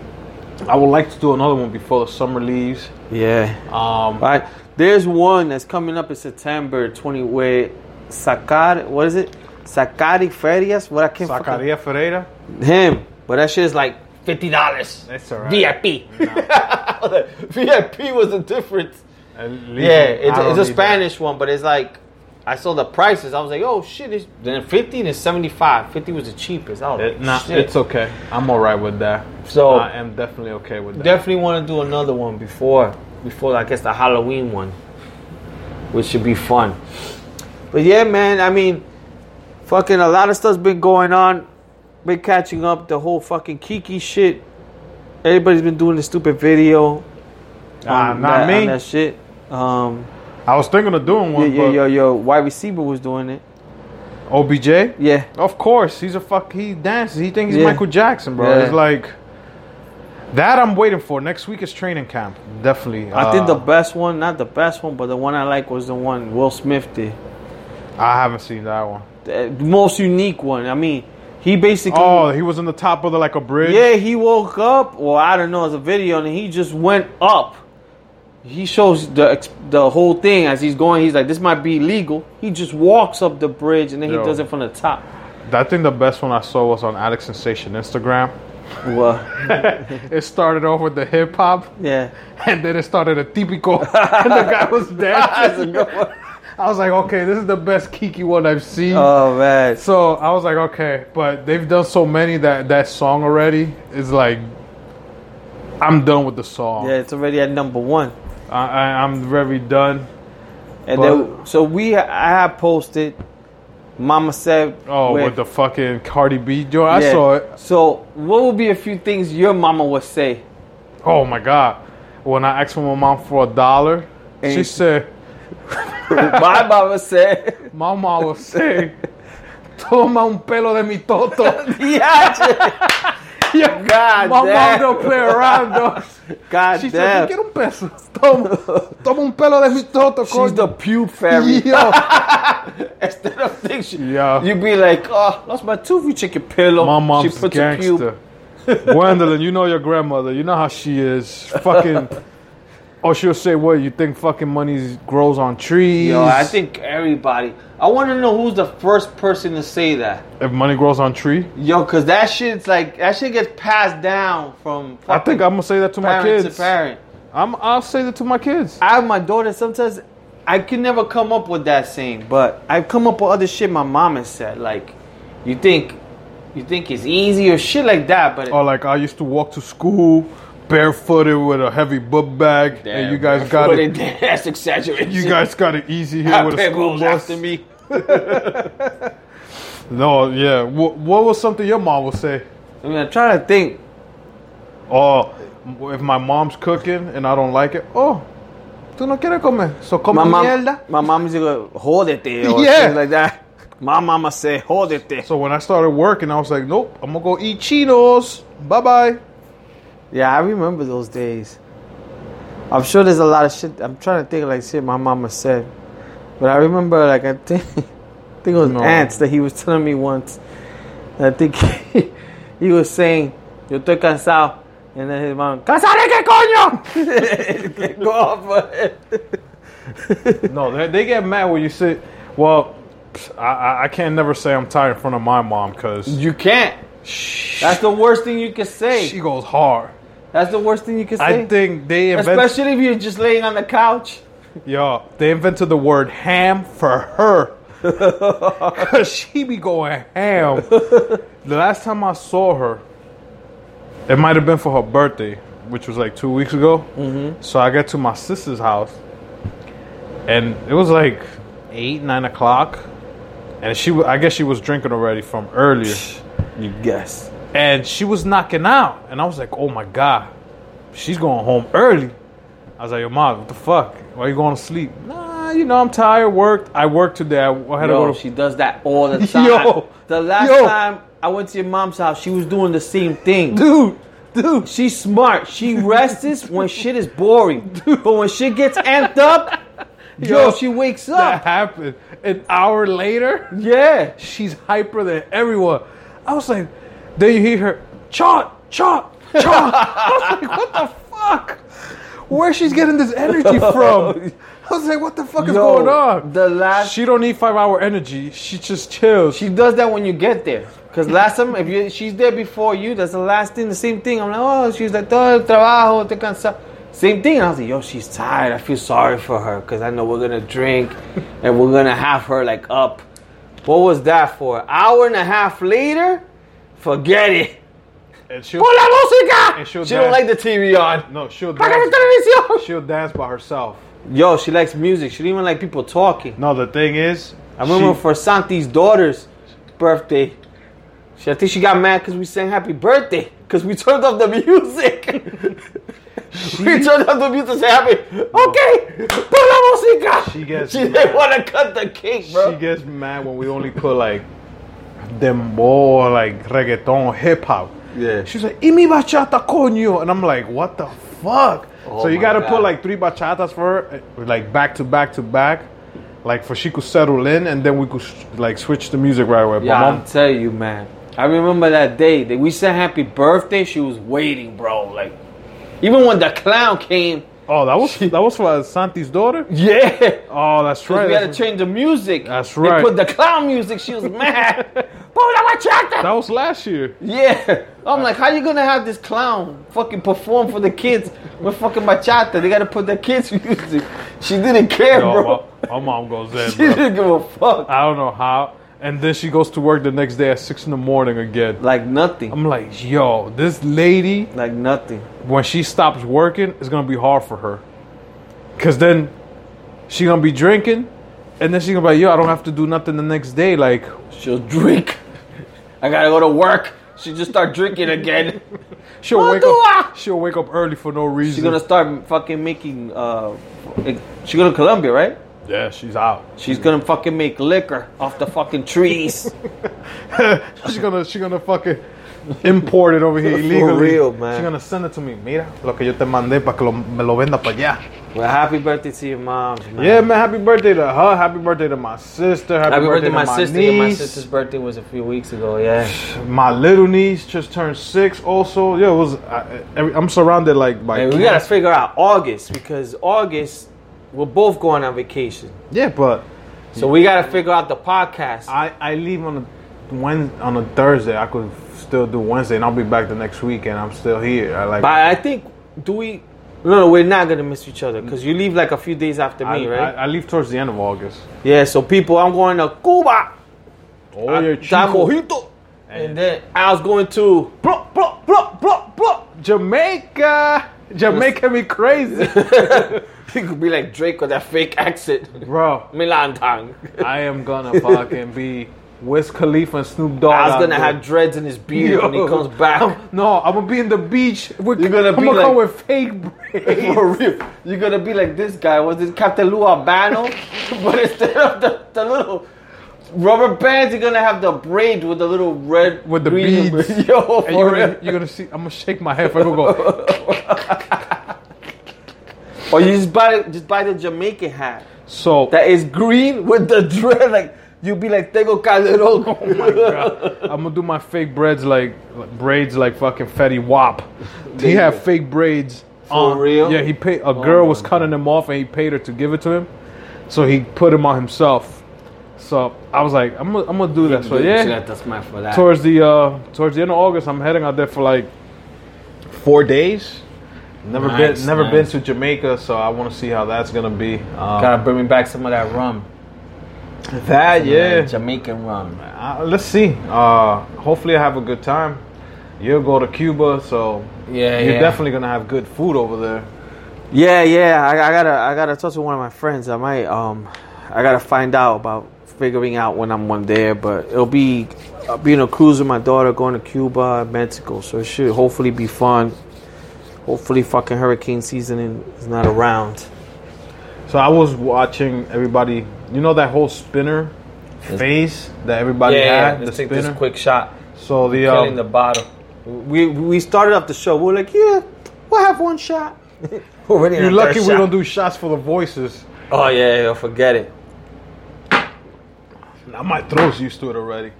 B: I would like to do another one before the summer leaves.
C: yeah.
B: Um,
C: Right. There's one that's coming up in September 20 where Sakar, what is it? Sakari Ferias? What I can't fucking-
B: Zacaria Ferreira.
C: Him. But that shit is like $50.
B: That's all right.
C: VIP. *laughs* VIP was the difference.
B: At least
C: Yeah, it's,
B: I don't
C: it's a
B: need that.
C: Spanish one, but it's like, I saw the prices. I was like, oh shit, it's, then 50 and 75. 50 was the cheapest. I was
B: It-
C: like,
B: Uh, nah,
C: shit.
B: it's okay. I'm all right with that.
C: So-
B: I am definitely okay with that.
C: Definitely want to do another one before, before I guess the Halloween one, which should be fun. But yeah, man, I mean, fucking a lot of stuff's been going on. Been catching up the whole fucking Kiki shit. Everybody's been doing the stupid video.
B: Nah,
C: on
B: not
C: that, on
B: me.
C: that shit. Um,
B: I was thinking of doing
C: yeah,
B: one,
C: yeah, yo, yo, wide receiver was doing it.
B: but OBJ.
C: Yeah,
B: Of course, he's a fuck. He dances. He thinks he's
C: Yeah.
B: Michael Jackson, bro.
C: Yeah.
B: It's like that. I'm waiting for next week is training camp. Definitely.
C: I think the
B: Uh,
C: best one, not the best one, but the one I like was the one Will Smith did.
B: I haven't seen that one.
C: The most unique one. I mean, he basically.
B: Oh, he was on the top of the, like a bridge.
C: Yeah, he woke up, or I don't know, it's a video, and he just went up. He shows the ex- the whole thing as he's going. He's like, "This might be illegal." He just walks up the bridge, and then
B: Yo.
C: he does it from the top.
B: I think the best one I saw was on Alex Sensation Instagram.
C: Well,
B: It started off with the hip hop,
C: yeah,
B: and then it started a typical, *laughs* and the guy was
C: that's a
B: dancing.
C: good one.
B: I was like, okay, this is the best Kiki one I've seen.
C: Oh man,
B: So I was like, okay, but they've done so many that that song already is like, I'm done with the song.
C: yeah, it's already at number one.
B: I, I, I'm very done.
C: And
B: But-
C: then, so we, I have posted. Mama said,
B: Oh, with,
C: where-
B: the fucking Cardi B joint,
C: Yeah.
B: I saw it.
C: So, what would be a few things your mama
B: *laughs*
C: would say?
B: Oh my god! When I asked my mom for a dollar, she
C: And-
B: said,
C: My mama said,
B: "My mom will say, toma un pelo de mi
C: *laughs*
B: toto." *laughs*
C: "Yeah,
B: Yo,
C: God
B: my mom
C: damn.
B: don't play around.
C: *laughs*
B: though.
C: God
B: She
C: damn."
B: said, "Quiero un peso, toma, toma un pelo de mi toto."
C: She's the *laughs* pube fairy.
B: *laughs* Yo.
C: Instead of things, she-
B: Yeah.
C: you be like, oh, lost my tooth, you chicken pillow.
B: My mom's
C: she puts a pube.
B: gangster. Gwendolyn, you know your grandmother. You know how she is.
C: *laughs*
B: Fucking. or she'll say, "What you think? Fucking money grows on trees."
C: Yo, I think everybody. I want to know who's the first person to say that.
B: if money grows on tree,
C: Yo, cause that shit's like that shit gets passed down from
B: I think I'm gonna say that to my
C: parent
B: kids.
C: to parent.
B: I'm. I'll say that to my kids.
C: I have my daughter. Sometimes I can never come up with that saying, but I've come up with other shit my mom has said. Like, you think, you think it's easy or shit like that, but
B: Or Oh, like I used to walk to school barefooted with a heavy book bag, and you guys got
C: But
B: it.
C: That's exaggeration.
B: You
C: *laughs*
B: guys got it easy here
C: I
B: with a
C: peg
B: school
C: rolls
B: bus.
C: after me.
B: No, yeah. What, what was something your mom would say?
C: I mean, I'm trying to think.
B: Oh, if my mom's cooking and I don't like it, oh, tú no quieres comer, so come
C: My mom,
B: mierda.
C: my mom is like, hold it there, or
B: *laughs* Yeah.
C: yeah. like that. My mama said, hold it there.
B: So when I started working, I was like, nope, I'm gonna go eat Chinos. Bye bye.
C: Yeah, I remember those days. I'm sure there's a lot of shit. I'm trying to think like shit my mama said, but I remember like I think, *laughs* I think it was
B: No.
C: ants that he was telling me once. And I think *laughs* he, was saying, "Yo estoy cansado," and then his mom, "Cansado de qué coño?" Go off *laughs* on it.
B: No, they, they get mad when you say, well, psh, I, I- I can't never say I'm tired in front of my mom because
C: You can't. That's the worst thing you can say.
B: she goes hard.
C: That's the worst thing you can say.
B: I think they invented,
C: Especially if you're just laying on the couch.
B: yo, they invented the word ham for her. *laughs* Cause she be going ham. the last time I saw her, It might have been for her birthday, which was like two weeks ago. Mm-hmm. So I get to my sister's house, and it was like eight, nine o'clock, and she, wa- I guess, she was drinking already from earlier,
C: You guess.
B: and she was knocking out, and I was like, oh my god, she's going home early. I was like, yo, mom, what the fuck? Why you going to sleep? Nah, you know, I'm tired. Worked. I worked today. I I had to go
C: Yo,
B: to
C: she does that all the time.
B: Yo.
C: the last
B: Yo.
C: time I went to your mom's house, she was doing the same
B: *laughs*
C: thing.
B: dude, dude. *laughs*
C: She's smart. She rests when shit is boring. But when shit gets amped up, yo,
B: Yo.
C: she wakes
B: That *laughs*
C: up.
B: happened an hour later.
C: Yeah.
B: She's hyper than everyone. I was like, then you hear her chomp, chomp, chomp.
C: *laughs*
B: I was like, what the fuck? Where she's getting this energy from? I was like, what the fuck is
C: Yo,
B: going on?
C: the last-
B: she don't need five hour energy. She just chills.
C: She does that when you get there. Cause last time, if you, she's there before you, that's the last thing. The same thing. I'm like, oh, she's like, todo el trabajo, te cansa. Same thing. I was like, yo, she's tired. I feel sorry for her, cause I know we're gonna drink, and we're gonna have her like up. What was that for? Hour and a half later? Forget it. *laughs*
B: and she'll,
C: Pon la música.
B: And she'll
C: She don't
B: dance.
C: like the TV on.
B: no, she'll
C: Apaga la
B: dance.
C: televisión.
B: She'll dance by herself.
C: Yo, she likes music. She don't even like people talking.
B: No, the thing is,
C: I remember
B: she-
C: for Santi's daughter's birthday, she, I think she got mad because we sang happy birthday because we turned off the *laughs* music. we turned off the music and said happy. Okay, pon la música.
B: She gets
C: She
B: mad.
C: didn't want to cut the cake, bro.
B: she gets mad when we only put like dembow, like reggaeton, hip hop.
C: Yeah.
B: She's like, "Y mi bachata coño," and I'm like, "What the fuck?" so you
C: Oh my
B: gotta
C: God.
B: put like three bachatas for her, eh, like back to back to back, like for she could settle in, and then we could sh- like switch the music right away. But
C: yeah,
B: mom,
C: I'm telling you, man. I remember that day that we said happy birthday. She was waiting, bro. Like, even when the clown came,
B: oh, that was that was for Santi's daughter.
C: *laughs* yeah.
B: Oh, that's right.
C: we had to
B: That's,
C: change the music.
B: That's
C: They
B: right.
C: put the clown music. She
B: *laughs*
C: was mad. Pon la bachata.
B: that was last
C: *laughs*
B: year.
C: Yeah. I'm like, how you gonna have this clown fucking perform for the kids with fucking bachata? They gotta put the kids *laughs* music. She didn't care,
B: Yo,
C: bro.
B: my, my mom goes
C: She
B: in. Bro.
C: didn't give a fuck.
B: I don't know how, and then she goes to work the next day at six in the morning again.
C: Like nothing.
B: I'm like, yo, this lady,
C: Like nothing.
B: when she stops working, it's gonna be hard for her. Cause then she gonna be drinking, and then she gonna be like, yo, I don't have to do nothing the next day. Like,
C: She'll drink. I gotta go to work. She just start drinking again.
B: she'll
C: What
B: wake
C: do
B: up.
C: I-
B: She'll wake up early for no reason.
C: She's gonna start fucking making. uh She go to Colombia, right?
B: yeah, she's out.
C: She's gonna fucking make liquor off the fucking trees.
B: She's gonna she's gonna fucking *laughs* import it over here illegally.
C: real, man.
B: She's gonna send it to me. Mira, lo que yo te mandé para que lo, me lo venda para allá.
C: well, happy birthday to your mom. man.
B: Yeah, man. Happy birthday to her. Happy birthday to my sister. Happy,
C: Happy birthday,
B: to
C: my,
B: my
C: sister.
B: niece.
C: Yeah, My sister's birthday was a few weeks ago. Yeah.
B: My little niece just turned six. Also, yeah, it was. I, I- I'm surrounded like by.
C: And we
B: kids.
C: gotta figure out August because August we're both going on vacation,
B: Yeah, but
C: so we gotta figure out the podcast.
B: I I leave on a Wednesday, on a Thursday. I could still do Wednesday, and I'll be back the next week, and I'm still here. I like.
C: But I think do we? No, no, we're not gonna miss each other because you leave like a few days after
B: I,
C: me, right?
B: I, I leave towards the end of August.
C: yeah. So people, I'm going to Cuba.
B: Oh
C: I-
B: yeah,
C: that
B: Chico.
C: mojito. And then I was going to *laughs*
B: Bro, bro, bro, bro, bro. Jamaica, Jamaica, me
C: *laughs*
B: crazy,
C: you could be like Drake with that fake accent,
B: bro.
C: Milan tongue.
B: I am gonna fucking be Wiz Khalifa and Snoop Dogg.
C: I was
B: out
C: gonna
B: there.
C: have dreads in his beard when he
B: Yo.
C: comes back.
B: No, *laughs* I'm gonna be in the beach. With,
C: You're gonna
B: I'm
C: be
B: gonna come
C: like-
B: with fake braids.
C: *laughs*
B: *laughs*
C: For real. You're gonna be like this guy. Was it Captain Lou Albano? *laughs* but instead of the, the little rubber bands, you're gonna have the braid with the little red
B: With the
C: green-
B: beads.
C: *laughs* Yo,
B: And you're
C: for
B: gonna,
C: real.
B: you're gonna see. I'm gonna shake my head. I'm gonna go.
C: Or you just buy just buy the Jamaican hat
B: *laughs* So
C: that is green with the dread. Like you'll be like Tego Calderon. Oh my *laughs* god.
B: I'm gonna do my fake braids like braids like fucking Fetty Wap. He had fake braids.
C: For real?
B: Yeah, he paid. A girl
C: my
B: was cutting them off, and he paid her to give it to him. So he put them on himself. So I was like, I'm gonna, I'm gonna do that. So yeah,
C: that's my for that.
B: towards the uh, towards the end of August, I'm heading out there for like four days. Never
C: Nice,
B: been never
C: nice.
B: been to Jamaica, so I want to see how that's gonna be. Um,
C: Gotta bring me back some of that rum.
B: that
C: That Jamaican rum.
B: Uh, let's see. Uh, hopefully, I have a good time. You'll go to Cuba, so
E: Yeah,
B: you're
E: yeah.
B: definitely gonna have good food over there.
C: Yeah, yeah. I, I gotta, I gotta talk to one of my friends. I might, um, I gotta find out about figuring out when I'm one there. But it'll be uh, being a cruise with my daughter, going to Cuba, and Mexico. So it should hopefully be fun. Hopefully, fucking hurricane season in- is not around.
B: So I was watching everybody. You know that whole spinner face that everybody had. the spinner.
E: quick shot.
B: so the
E: Killing
B: um,
E: the bottle.
C: We we started off the show. We were like, yeah, we'll have one shot. *laughs* Already,
B: you're lucky we don't do shots for the voices.
C: Oh yeah, yeah, forget it.
B: Now my throat's used to it already.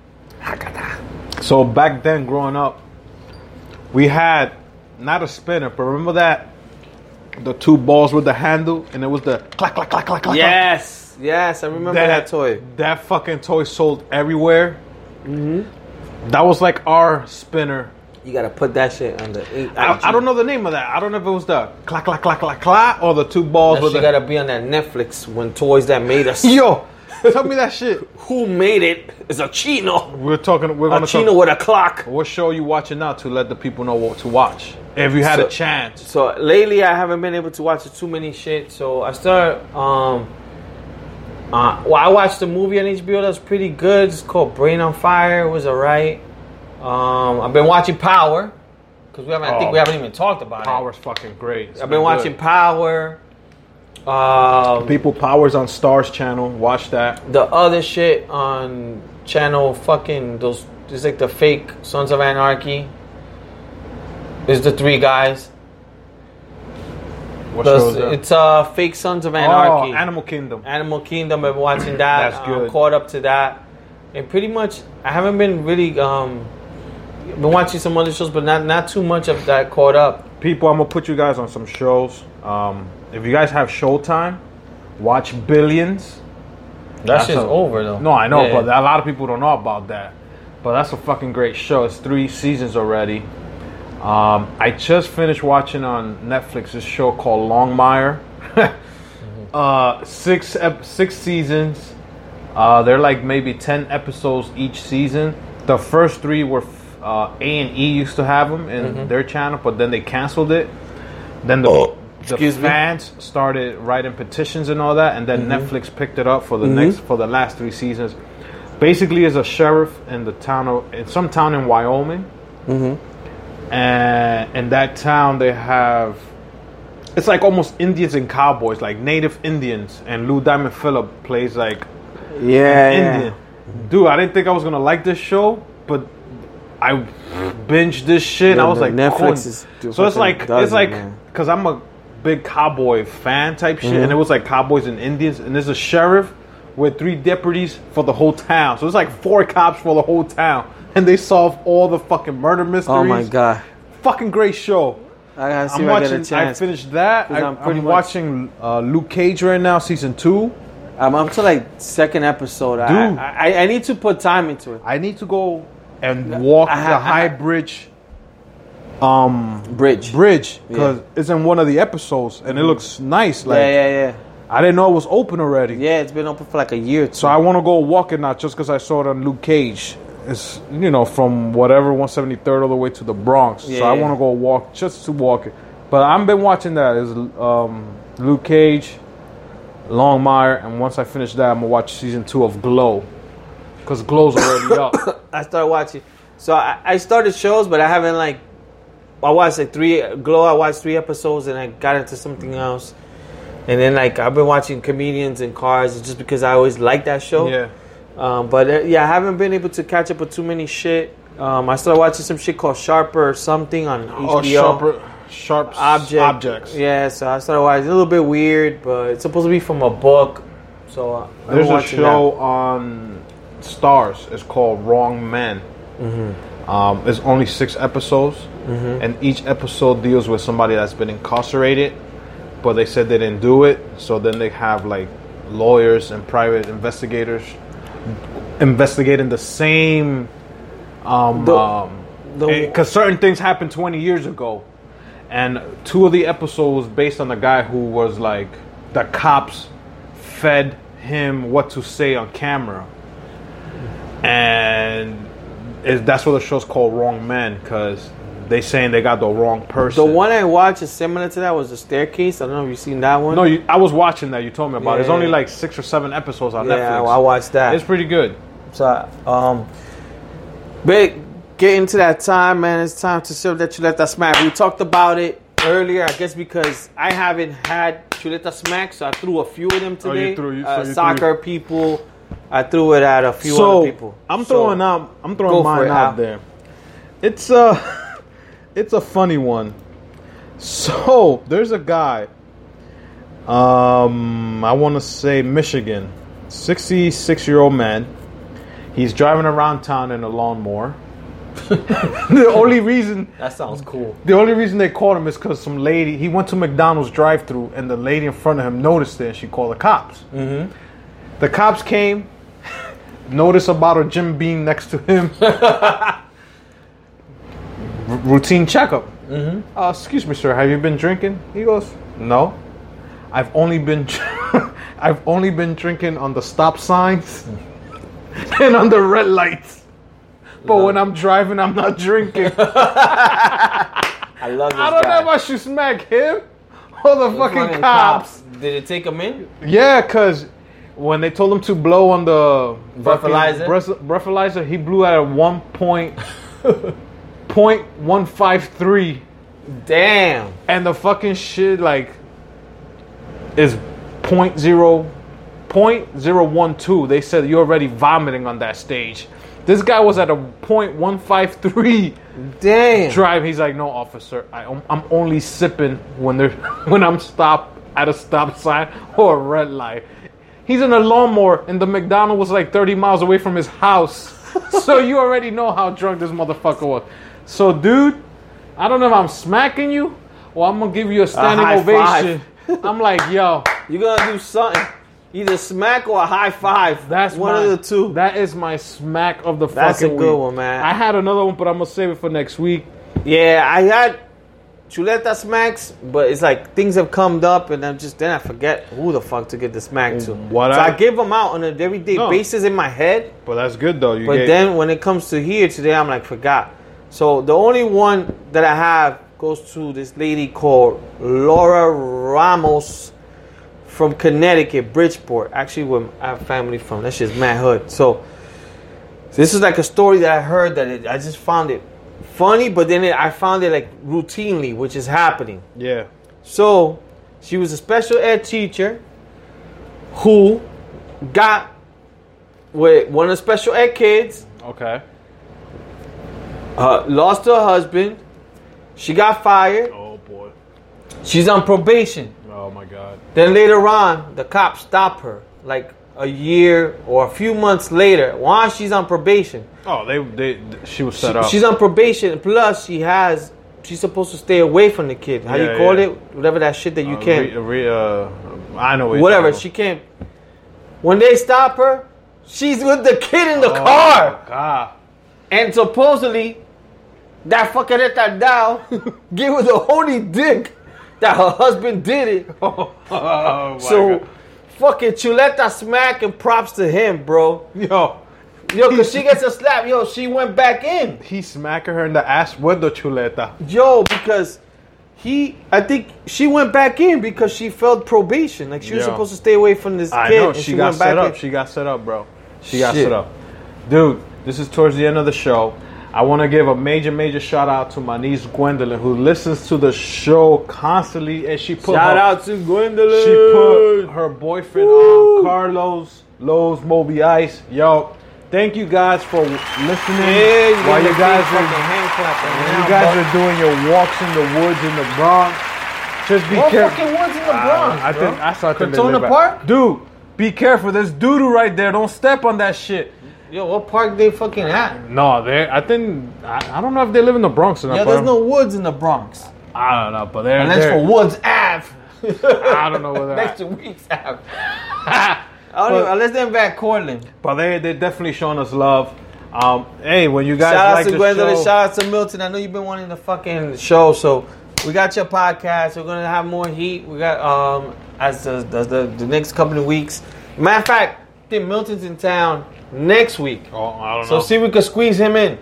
B: So back then, growing up, we had not a spinner, but remember that the two balls with the handle, and it was the clack clack clack clack clack. clack.
C: Yes, yes, I remember that toy.
B: That fucking toy sold everywhere.
C: Mm-hmm.
B: That was like our spinner.
C: You gotta put that shit on the.
B: I, I don't know the name of that. I don't know if it was the clack clack clack clack clack or the two balls
C: That
B: with
C: shit
B: the
C: gotta be on that Netflix when toys that made us.
B: yo. Tell me that shit.
C: *laughs* Who made it is a chino.
B: We're talking. We're
C: A
B: gonna
C: chino
B: talk.
C: with a clock.
B: What show you watching now to let the people know what to watch? If you had a
C: So-
B: chance,
C: So lately, I haven't been able to watch too many shit. So I start. Um, uh, well, I watched a movie on HBO that's pretty good. It's called Brain on Fire. It was alright. Um, I've been watching Power because we haven't. I think
B: Oh.
C: we haven't even talked about
B: Power's fucking great. It's
C: it. I've been
B: good.
C: watching Power. Um,
B: People Powers on Stars Channel. Watch that.
C: the other shit on channel fucking those it's like the fake Sons of Anarchy. It's the three guys.
B: What show
C: Those-
B: is that?
C: it's uh fake Sons of Anarchy.
B: oh, Animal Kingdom.
C: Animal Kingdom. I've been watching that.
B: That's
C: I'm
B: good.
C: caught up to that, and pretty much I haven't been really um been watching some other shows, but not not too much of that caught up.
B: People, I'm gonna put you guys on some shows. Um, if you guys have Showtime, watch Billions.
C: That shit's
B: That's a-
C: over though.
B: No, I know,
C: Yeah.
B: but a lot of people don't know about that. But that's a fucking great show. It's three seasons already. Um, I just finished watching on Netflix this show called Longmire. *laughs* uh, six ep- six seasons. Uh, they're like maybe ten episodes each season. The first three were f- uh, A and E used to have them in their channel, but then they canceled it. Then the, the
C: Oh, excuse me. Mm-hmm.
B: fans started writing petitions and all that, and then Netflix picked it up for the next for the last three seasons. Basically, is a sheriff in the town of in some town in Wyoming,
C: Mm-hmm.
B: and in that town they have it's like almost Indians and cowboys, like native Indians, and Lou Diamond Phillip plays like
C: yeah,
B: Indian. Dude, I didn't think I was gonna like this show, but I binged this shit.
C: Yeah,
B: I was
C: no,
B: like,
C: Netflix
B: going-
C: is do-
B: so it's
C: fucking
B: like
C: does
B: it's
C: it,
B: like
C: man. Mm-hmm.
B: because I'm a big cowboy fan type shit, and it was like cowboys and Indians, and there's a sheriff with three deputies for the whole town. So it's like four cops for the whole town, and they solve all the fucking murder mysteries.
C: Oh my god,
B: Fucking great show.
C: I gotta see
B: I'm
C: if I get a
B: watching. I
C: chance.
B: finished that.
C: 'Cause
B: I,
C: I'm
B: I'm,
C: pretty much-
B: watching uh, Luke Cage right now, season two.
C: I'm up to like second episode. I,
B: Dude.
C: I I need to put time into it.
B: I need to go and walk
C: I ha-
B: the
C: I ha-
B: high bridge um
C: Bridge.
B: bridge because it's in one of the episodes and it looks nice like
C: Mm-hmm. yeah, yeah, yeah.
B: i didn't know it was open already
C: Yeah, it's been open for like a year. Or two.
B: so i want to go walk it now just because i saw it on luke cage it's you know from whatever 173rd all the way to the bronx so i
C: Yeah.
B: want to go walk just to walk it but i've been watching that is um luke cage longmire and once i finish that i'm gonna watch season two of glow because glow's already up
C: I started watching. So I, I started shows, but I haven't like. I watched like three Glow. I watched three episodes, and I got into something else. And then like I've been watching comedians and cars just because I always liked that show.
B: yeah
C: Um, but uh, yeah, I haven't been able to catch up with too many shit. Um, I started watching some shit called Sharper or something on HBO.
B: Oh, sharper, sharp
C: Object-
B: objects.
C: Yeah, so I started watching. It's a little bit weird, but it's supposed to be from a book. So uh, I've been
B: There's a
C: watching
B: show on Stars. It's called Wrong Men. Um, it's only six episodes, and each episode deals with somebody that's been incarcerated, but they said they didn't do it. So then they have like lawyers and private investigators investigating the same. Um,
C: The-
B: um,
C: that. The-
B: because certain things happened 20 years ago and two of the episodes was based on the guy who was like the cops fed him what to say on camera and is that's what the show's called Wrong Men because they saying they got the wrong person.
C: The one I watched is similar to that was the staircase. I don't know if you've seen that one.
B: No, you, I was watching that you told me about. There's
C: Yeah.
B: only like six or seven episodes on
C: yeah,
B: Netflix.
C: I watched that.
B: It's pretty good.
C: So, um, but getting to that time, man, it's time to serve that Chuleta Smack. We talked about it earlier, I guess, because I haven't had Chuleta Smack, so I threw a few of them
B: Oh, you
C: today.
B: threw- you- so
C: uh,
B: you threw-
C: soccer people, I threw it at a few
B: so
C: other people.
B: I'm
C: So,
B: throwing out. I'm
C: go
B: throwing
C: for
B: mine
C: it,
B: out
C: Al.
B: there. It's a, *laughs* it's a funny one. So there's a guy. Um, I want to say Michigan, 66 year old man. He's driving around town in a lawnmower. *laughs* the only reason
C: That sounds cool.
B: the only reason they caught him is because some lady he went to McDonald's drive-through and the lady in front of him noticed it and she called the cops. Mm-hmm. The cops came, noticed a bottle of Jim Beam next to *laughs* him. R- routine checkup. Mm-hmm. Uh, excuse me, sir. Have you been drinking? He goes, No, I've only been dr- *laughs* I've only been drinking on the stop signs *laughs* and on the red lights. But when I'm driving, I'm not drinking.
C: I love this
B: I don't know
C: guy.
B: if I should smack him or the fucking cops.
C: Did it take him in?
B: Yeah, because when they told him to blow on the fucking
C: Breathalyzer?
B: breath- breathalyzer, he blew at a one
C: *laughs*
B: point point one five three,
C: Damn.
B: and the fucking shit like is point zero point zero one two. They said you're already vomiting on that stage. This guy was at a point one five three.
C: Damn.
B: drive. He's like, no, officer, I, I'm only sipping when there *laughs* when I'm stopped at a stop sign *laughs* or a red light. He's in a lawnmower, and the McDonald was like 30 miles away from his
C: *laughs*
B: house. so you already know how drunk this motherfucker was. So, dude, I don't know if I'm smacking you or I'm gonna give you a standing
C: high *laughs*
B: ovation. I'm like, yo,
C: You're gonna do something. Either smack or a high five.
B: that's
C: one
B: my-
C: of the two.
B: That is my smack of the
C: That's
B: fucking
C: a good
B: week.
C: one, man.
B: I had another one, but I'm gonna save it for next week.
C: Yeah, I had Chuleta smacks, but it's like things have come up, and I'm just then I forget who the fuck to get the smack to.
B: What
C: so
B: I-
C: I, give them out on an everyday
B: No.
C: basis in my head,
B: But that's good though. You
C: but
B: gave-
C: then when it comes to here today, I'm like forgot. So the only one that I have goes to this lady called Laura Ramos from Connecticut, Bridgeport. Actually, where I have family from. That's just mad hood. So this is like a story that I heard that it, I just found it funny, but then it, I found it like routinely, which is happening.
B: yeah,
C: So she was a special ed teacher who got with one of the special ed kids,
B: okay.
C: uh, lost her husband. She got fired.
B: Oh boy.
C: She's on probation.
B: Oh my god.
C: Then later on, the cops stop her, like a year or a few months later, while she's on probation.
B: Oh, they they she was set
C: She-
B: up.
C: she's on probation. Plus, she has she's supposed to stay away from the kid. How
B: Yeah,
C: you call
B: yeah.
C: it? Whatever that shit that you
B: Uh,
C: can't.
B: Re, re, uh, I know what you're
C: whatever she
B: talking
C: can't. When they stop her, she's with the kid in the
B: about.
C: car,
B: Oh,
C: *laughs*
B: God.
C: and supposedly that fucking at that
B: *laughs*
C: down gave her the only dick that her husband did it.
B: Oh my
C: so.
B: God.
C: Fucking Chuleta smack and props to him, bro.
B: yo,
C: Yo,
B: *laughs*
C: cause she gets a slap. Yo, she went back in.
B: he smacking her in the ass with the chuleta.
C: Yo, because he, I think she went back in because she failed probation. Like she was
B: Yeah.
C: supposed to stay away from this
B: I
C: kid.
B: know
C: and
B: she, got
C: went back
B: set up.
C: in.
B: She got set up, bro. She got
C: Shit.
B: set up, dude. This is towards the end of the show. I want to give a major, major shout out to my niece Gwendolyn, who listens to the show constantly, and she put
C: Shout
B: her-
C: out to Gwendolyn.
B: She put her boyfriend on Carlos Lowe's Moby Ice. Yo, thank you guys for listening.
C: Yeah, you
B: while you
C: got
B: guys
C: the big fucking
B: are
C: hand clapping.
B: when
C: now,
B: you guys
C: bro.
B: are doing your walks in the woods in the Bronx, just be
C: What
B: careful.
C: fucking woods in the Bronx,
B: I
C: bro?
B: think I saw
C: Cortona Park?
B: Dude, be careful. There's doodoo right there. Don't step on that shit.
C: Yo, what park they fucking at?
B: No, they. I think I, I don't know if they live in the Bronx or not.
C: Yo,
B: but
C: there's no woods in the Bronx.
B: I don't know, but they're.
C: Unless
B: they're-
C: for Woods Ave.
B: I don't know whether.
C: *laughs* Next to Weeks
B: *laughs*
C: Ave. I don't even, unless they're in Van Cortlandt.
B: But they they're definitely showing us love. Um, hey, when you guys
C: Shout out
B: like
C: to
B: the
C: Gwendolyn.
B: show,
C: Shout out to Milton. I know you've been wanting the fucking show, so we got your podcast. We're gonna have more heat. We got um as the the, the, the next couple of weeks. Matter of fact, I think Milton's in town next week,
B: oh, I don't
C: so
B: know.
C: see if we could squeeze him in.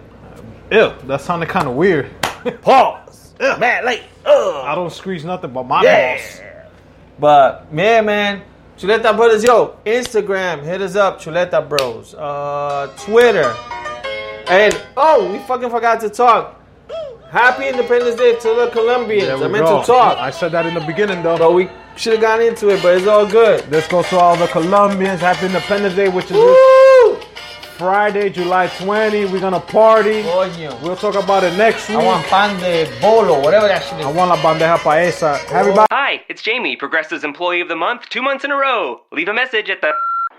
B: Ew, that sounded kind of weird. *laughs*
D: Pause. Mad late.
C: uh.
D: Ugh.
B: I don't squeeze nothing but my
D: Yeah.
B: balls.
C: But yeah, man, Chuleta Brothers, yo, Instagram, hit us up, Chuleta Bros, uh, Twitter, and oh, we fucking forgot to talk. Happy Independence Day to the
B: There
C: Colombians.
B: we
C: I meant
B: go.
C: to talk,
B: I said that in the beginning though.
C: but we should have gotten into it. But it's all good.
B: This goes to all the Colombians. Happy Independence Day, which is this
C: Woo!
B: Friday, July 20. We're gonna party.
C: Coño.
B: We'll talk about it next week.
C: I want pan de bolo, whatever that shit
B: I
C: is.
B: want la bandeja paisa. Everybody.
F: Hi, it's Jamie, Progressive's Employee of the Month, two months in a row. Leave a message at the.